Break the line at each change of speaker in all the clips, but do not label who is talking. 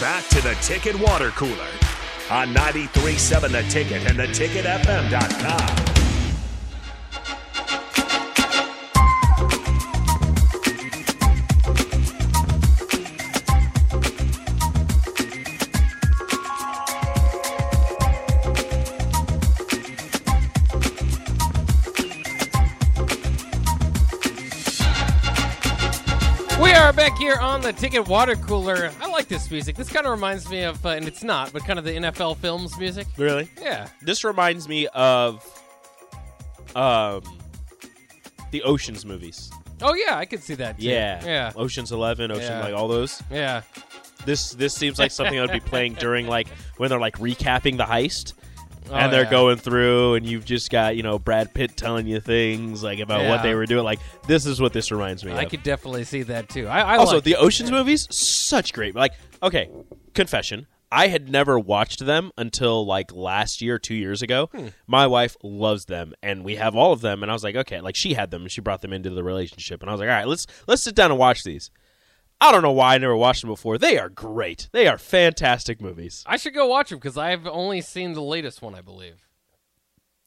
back to the Ticket Water Cooler on 93.7 The Ticket and theticketfm.com.
We are back here on the Ticket Water Cooler. I like this music. This kind of reminds me of, uh, and it's not, but kind of the NFL films music.
Really?
Yeah.
This reminds me of um the Oceans movies.
Oh yeah, I could see that. Too.
Yeah.
Yeah.
Oceans 11, Ocean
Yeah.
like all those.
Yeah.
This this seems like something I would be playing during like when they're like recapping the heist.
Oh,
and they're
yeah.
going through, and you've just got you know Brad Pitt telling you things like about
Yeah.
what they were doing. Like this is what this reminds me
I
of.
could definitely see that too. I, I
also,
like
the Ocean's movies, such great. Like, okay, confession. I had never watched them until like last year, two years ago.
Hmm.
My wife loves them, and we have all of them. And I was like, okay, like she had them, and she brought them into the relationship. And I was like, all right, let's let's sit down and watch these. I don't know why I never watched them before. They are great. They are fantastic movies.
I should go watch them because I've only seen the latest one, I believe.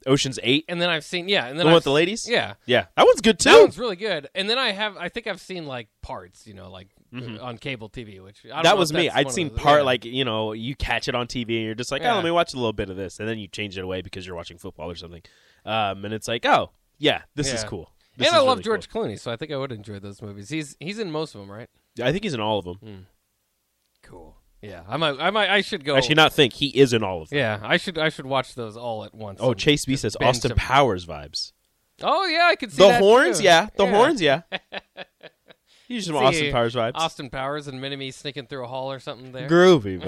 Ocean's Eight,
And then I've seen yeah, and then
the one
I've
with the
s-
ladies.
Yeah.
yeah, that one's good too.
That one's really good. And then I have, I think I've seen like parts, you know, like uh, on cable TV, which I don't know
Mm-hmm. that
if
was me.
that's one
I'd
of
seen
those-
part
yeah.
like you know you catch it on TV and you're just like,
Yeah.
oh, let me watch a little bit of this, and then you change it away because you're watching football or something, um, and it's like, oh yeah, this is
Yeah.
cool. This
And I
is
love
really
George Clooney, so I think I would enjoy those movies. He's he's in most of them, right?
cool. I think he's in all of them.
Mm. Cool. Yeah, I might, I might, I should go.
Actually, not think he is in all of them.
Yeah, I should, I should watch those all at once.
Oh,
and
Chase B
just
says
binge
Austin
them.
Powers vibes.
Oh yeah, I could see
The
that,
horns,
too.
yeah. The horns, yeah. You just want
See,
Austin Powers vibes.
Austin Powers and Minnie sneaking through a hall or something there.
Groovy,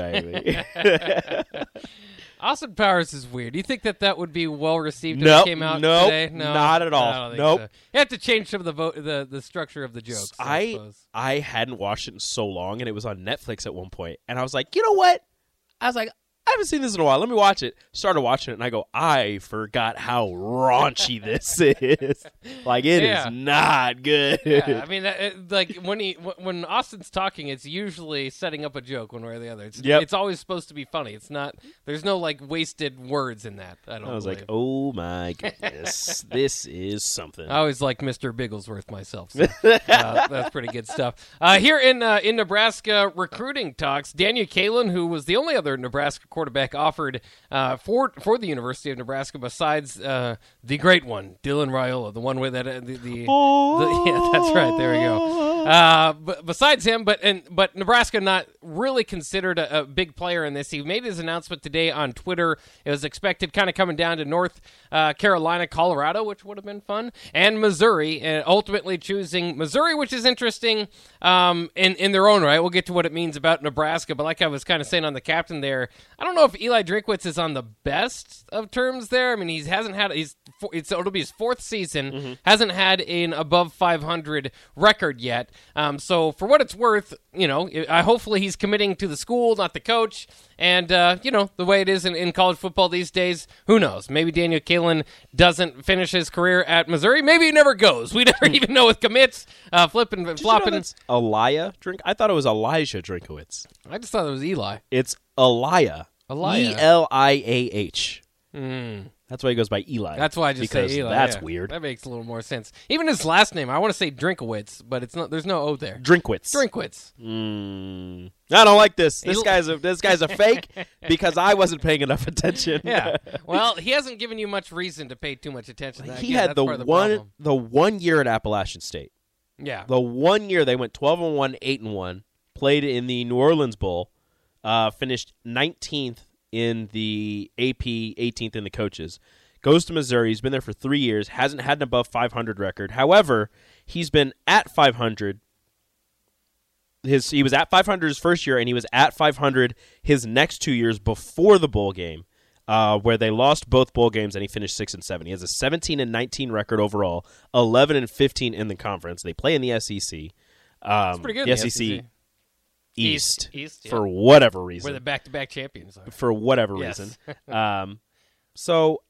baby.
Austin Powers is weird. Do you think that that would be well received if
Nope,
it came out
nope,
today? No,
not at all.
I don't think
Nope.
so. You have to change some of the vo- the the structure of the jokes. I,
I
suppose.
I hadn't watched it in so long, and it was on Netflix at one point, and I was like, you know what? I was like, I haven't seen this in a while. Let me watch it. Started watching it, and I go, I forgot how raunchy this is. Like it is
Yeah.
not good.
Yeah, I mean, that, it, like when he wh- when Austin's talking, it's usually setting up a joke one way or the other. It's
Yep.
it's always supposed to be funny. It's not. There's no like wasted words in that. I don't.
I was
believe.
like, oh my goodness, this is something.
I always like Mr. Bigglesworth myself. So, uh, that's pretty good stuff. Uh, here in uh, in Nebraska recruiting talks, Daniel Kalen, who was the only other Nebraska quarterback offered uh, for for the University of Nebraska, besides uh, the great one, Dylan Raiola, the one with that uh, the, the, the yeah, that's right. There we go. Uh, b- besides him, but and but Nebraska not really considered a, a big player in this. He made his announcement today on Twitter. It was expected kind of coming down to North uh, Carolina, Colorado, which would have been fun, and Missouri, and ultimately choosing Missouri, which is interesting um, in in their own right. We'll get to what it means about Nebraska, but like I was kind of saying on the captain there, I don't know if Eli Drinkwitz is on the best of terms there. I mean, he hasn't had he's four- it's it'll be his fourth season,
Mm-hmm.
hasn't had an above 500 record yet. Um, so for what it's worth, you know, I hopefully he's committing to the school, not the coach. And uh, you know the way it is in, in college football these days. Who knows? Maybe Daniel Kalen doesn't finish his career at Missouri. Maybe he never goes. We never even know with commits, uh, flipping,
Hmm. Did you know
flopping.
that's Elia drink. I thought it was Elijah Drinkowitz.
I just thought it was Eli.
It's Elia.
Elia. Hmm.
E L I A H. That's why he goes by Eli.
That's why I just
because
say Eli.
That's
yeah.
weird.
That makes a little more sense. Even his last name, I want to say Drinkowitz, but it's not. There's no O there.
Drinkwitz.
Drinkwitz.
Mm. I don't like this. This
Eli-
guy's a this guy's a fake because I wasn't paying enough attention.
Yeah. well, he hasn't given you much reason to pay too much attention. to that.
he
Again,
had
that's
the
part of
one
problem.
the one year at Appalachian State.
Yeah.
The one year they went 12 and 1, 8 and 1, played in the New Orleans Bowl, uh, finished 19th in the AP, 18th in the coaches. Goes to Missouri. He's been there for three years. Hasn't had an above 500 record. However, he's been at 500. His he was at 500 his first year, and he was at 500 his next two years before the bowl game, uh, where they lost both bowl games, and he finished six and seven. He has a 17 and 19 record overall, 11 and 15 in the conference. They play in the SEC. Um,
pretty good in
The
the E
SEC,
SEC.
East,
East- East, yeah.
for whatever
We're
reason
the back-to-back champions. Are.
for whatever
Yes.
reason. um, so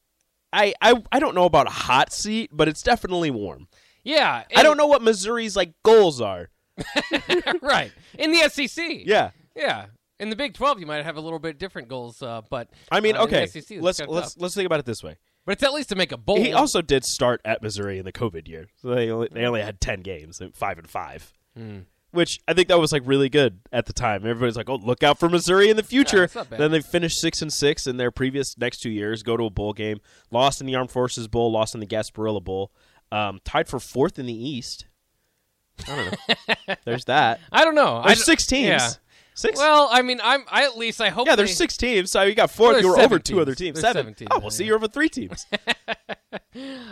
I, I I don't know about a hot seat, but it's definitely warm.
Yeah.
I don't know what Missouri's like goals are.
know. right. In the SEC.
Yeah.
Yeah. In the Big Twelve, you might have a little bit different goals, uh, but
I mean,
uh, in the
okay,
SEC, it's
let's
kinda
let's
tough.
let's think about it this way.
But it's at least to make a bowl.
He also did start at Missouri in the COVID year, so they only, they only had ten games, and five and five,
Hmm.
which I think that was like really good at the time. Everybody's like, "Oh, look out for Missouri in the future."
it's not bad.
then they finished six and six in their previous next two years, go to a bowl game, lost in the Armed Forces Bowl, lost in the Gasparilla Bowl, um, tied for fourth in the East. I don't know. There's that.
I don't know. I
There's
d-
six teams.
Yeah.
Six.
Well, I mean, I'm. I at least I hope.
yeah,
they-
there's six teams. So you got four.
Well,
you were
there's
over
seven
two other
teams.
teams.
There's
Seven.
seven teams,
Oh, well, see,
yeah.
you're over three teams.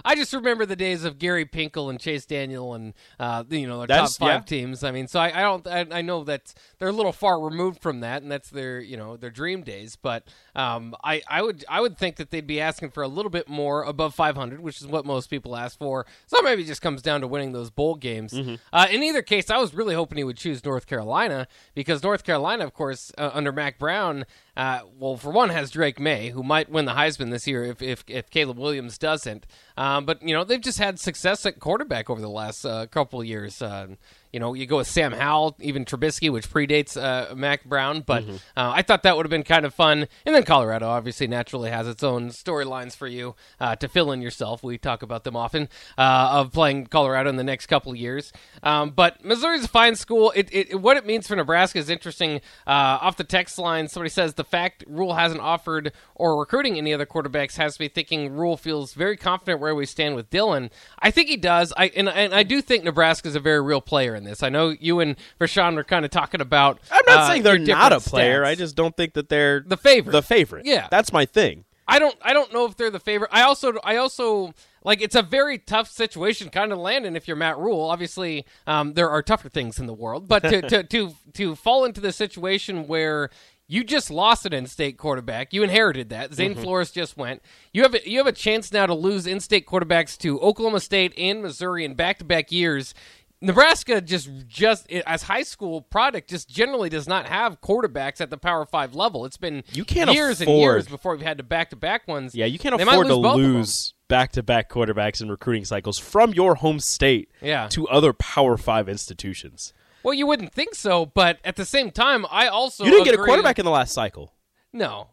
I just remember the days of Gary Pinkel and Chase Daniel and uh, you know the top
That's-
five
yeah.
teams. I mean, so I, I don't. I, I know that they're a little far removed from that, and that's their you know their dream days. But um, I I would I would think that they'd be asking for a little bit more above 500, which is what most people ask for. So maybe it just comes down to winning those bowl games. Uh, in either case, I was really hoping he would choose North Carolina because North Carolina, of course, uh, under Mac Brown, uh, well, for one, has Drake May, who might win the Heisman this year if if, if Caleb Williams doesn't. Um, but you know they've just had success at quarterback over the last uh, couple of years. Uh, you know you go with Sam Howell, even Trubisky, which predates uh, Mac Brown. But uh, I thought that would have been kind of fun. And then Colorado obviously naturally has its own storylines for you uh, to fill in yourself. We talk about them often uh, of playing Colorado in the next couple of years. Um, but Missouri's a fine school. It, it what it means for Nebraska is interesting. Uh, off the text line, somebody says the fact Rule hasn't offered or recruiting any other quarterbacks has me thinking Rule feels very confident where we stand with Dylan. I think he does. I and, and I do think Nebraska's a very real player in this. I know you and Rashawn were kind of talking about.
I'm not
uh,
saying they're
your
not a
different
player.
stats.
I just don't think that they're
The favorite.
The favorite.
Yeah.
that's my thing.
I don't I don't know if they're the favorite. I also I also like it's a very tough situation kind of landing if you're Matt Rule. Obviously, um, there are tougher things in the world, but to to, to to fall into the situation where you just lost an in-state quarterback. You inherited that. Zane
Mm-hmm.
Flores just went. You have a, you have a chance now to lose in-state quarterbacks to Oklahoma State and Missouri in back-to-back years. Nebraska just just as high school product just generally does not have quarterbacks at the Power 5 level. It's been
You can't
years and
afford-
years before we've had to back to back ones.
Yeah, you can't
They might
afford to
both of them.
lose back-to-back quarterbacks in recruiting cycles from your home state
Yeah.
to other Power Five institutions.
Well, you wouldn't think so, but at the same time, I also
You didn't get a
agree-
quarterback in the last cycle.
No,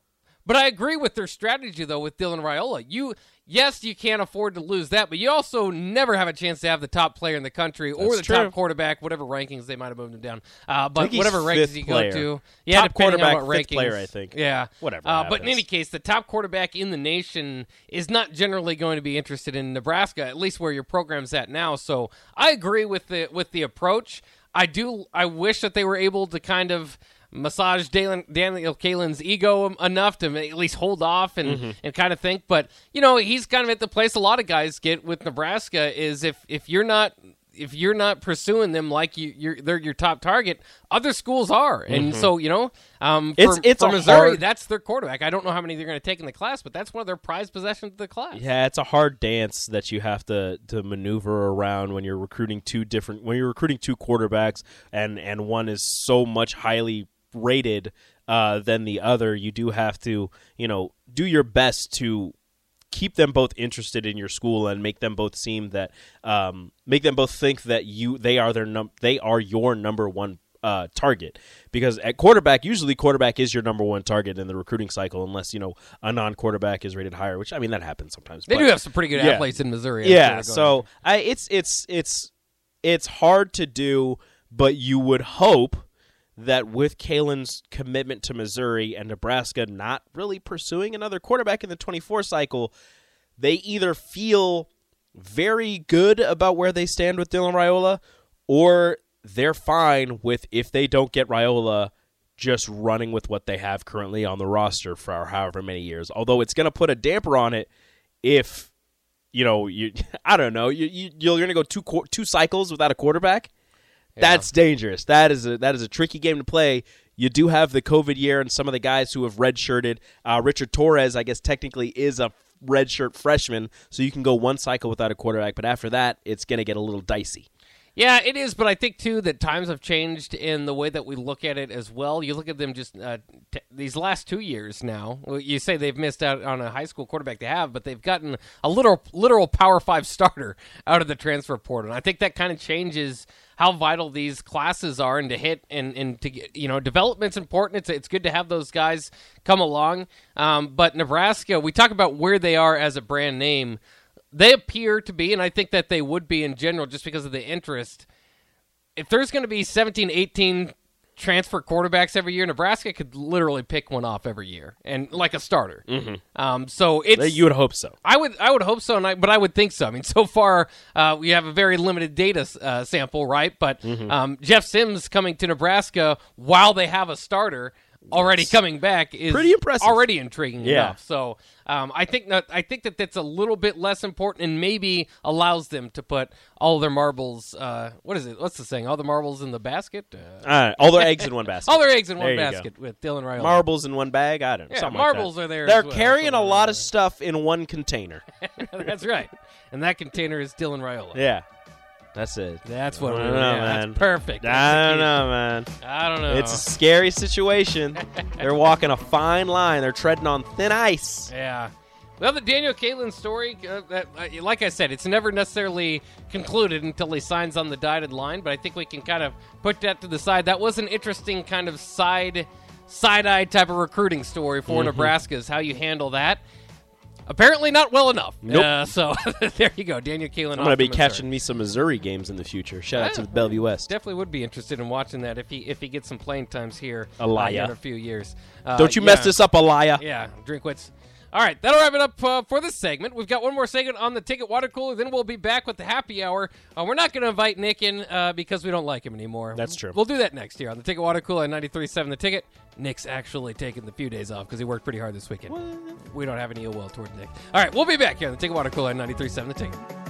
but I agree with their strategy though with Dylan Raiola. You yes, you can't afford to lose that, but you also never have a chance to have the top player in the country or
That's
the
true.
top quarterback, whatever rankings they might have moved him down. Uh,
I
but
think he's
whatever
fifth
rankings you
player.
go to, yeah,
Top
depending on
quarterback,
what rankings.
fifth player, I think.
Yeah,
Whatever
Uh, but in
happens.
any case, the top quarterback in the nation is not generally going to be interested in Nebraska, at least where your program's at now. So I agree with the with the approach. I do. I wish that they were able to kind of massage Dalen, Daniel Kalen's ego em- enough to ma- at least hold off and,
Mm-hmm.
and kind of think. But you know, he's kind of at the place a lot of guys get with Nebraska is if if you're not if you're not pursuing them like you, you're they're your top target, other schools are, and
Mm-hmm.
so you know, um, for,
It's- it's
for
a
Missouri,
hard-
that's their quarterback. I don't know how many they're going to take in the class, but that's one of their prized possessions of the class.
Yeah, it's a hard dance that you have to to maneuver around when you're recruiting two different when you're recruiting two quarterbacks and and one is so much highly rated uh, than the other. You do have to you know do your best to keep them both interested in your school and make them both seem that um, make them both think that you they are their num they are your number one uh, target because at quarterback usually quarterback is your number one target in the recruiting cycle unless you know a non quarterback is rated higher which I mean that happens sometimes
They
but-
do have some pretty good
Yeah.
athletes in Missouri. I'm
yeah
sure, going
so I, it's it's it's it's hard to do but you would hope that with Kalen's commitment to Missouri and Nebraska not really pursuing another quarterback in the 24 cycle they either feel very good about where they stand with Dylan Raiola or they're fine with if they don't get Raiola just running with what they have currently on the roster for however many years. Although it's going to put a damper on it if you know you I don't know you, you you're going to go two quar- two cycles without a quarterback. That's dangerous. That is a that is a tricky game to play. You do have the COVID year and some of the guys who have redshirted. Uh, Richard Torres, I guess, technically is a redshirt freshman, so you can go one cycle without a quarterback. But after that, it's going to get a little dicey.
Yeah, it is, but I think too that times have changed in the way that we look at it as well. You look at them just uh, t- these last two years now. well, You say they've missed out on a high school quarterback to have, but they've gotten a literal literal power five starter out of the transfer portal. And I think that kind of changes how vital these classes are and to hit and, and to get you know development's important it's, it's good to have those guys come along um, but nebraska we talk about where they are as a brand name they appear to be, and I think that they would be in general just because of the interest. If there's going to be 17, 18 transfer quarterbacks every year, Nebraska could literally pick one off every year and like a starter. Um, so it's
Uh, You would hope so.
I would I would hope so, and I, but I would think so. I mean, so far uh, we have a very limited data uh, sample, right? But
Mm-hmm.
um, Jeff Sims coming to Nebraska while they have a starter already coming back is
Pretty impressive.
Already intriguing
Yeah.
enough. So um, I think that I think that that's a little bit less important, and maybe allows them to put all their marbles. Uh, what is it? What's the saying? All the marbles in the basket. Uh,
Uh, all their eggs in one basket.
all their eggs in
There
one
you go.
basket with Dylan Riley.
marbles in one bag. I don't know.
Yeah,
something
marbles
like
are
that.
there
They're
as well,
carrying a
something
lot of stuff in one container.
that's right, and that container is Dylan Raiola.
yeah, that's it.
That's what
I
we
don't
were-
know,
yeah,
man.
That's perfect.
I
That's
don't
the key. Oh.
know, man.
I don't know.
It's a scary situation. They're walking a fine line. They're treading on thin ice.
yeah. Well, the Daniel Caitlin story, uh, that, uh, like I said, it's never necessarily concluded until he signs on the dotted line. But I think we can kind of put that to the side. That was an interesting kind of side, side-eye type of recruiting story for
Mm-hmm.
Nebraska. Is how you handle that. Apparently, not well enough.
Nope.
Uh, so there you go, Daniel Kalen.
I'm gonna be catching me some Missouri games in the future. Shout out to
Yeah.
Bellevue West.
Definitely would be interested in watching that if he if he gets some playing times here uh,
Elia.
in a few years. Uh,
Don't you mess
yeah.
this up, Elia.
Yeah, Drinkwitz. All right, that'll wrap it up uh, for this segment. We've got one more segment on the ticket water cooler, then we'll be back with the happy hour. Uh, we're not going to invite Nick in uh, because we don't like him anymore.
That's true.
We'll do that next year on the ticket water cooler at 93.7 The Ticket. Nick's actually taking the few days off because he worked pretty hard this weekend. We don't have any ill will toward Nick. All right, we'll be back here on the ticket water cooler at 93.7 The Ticket.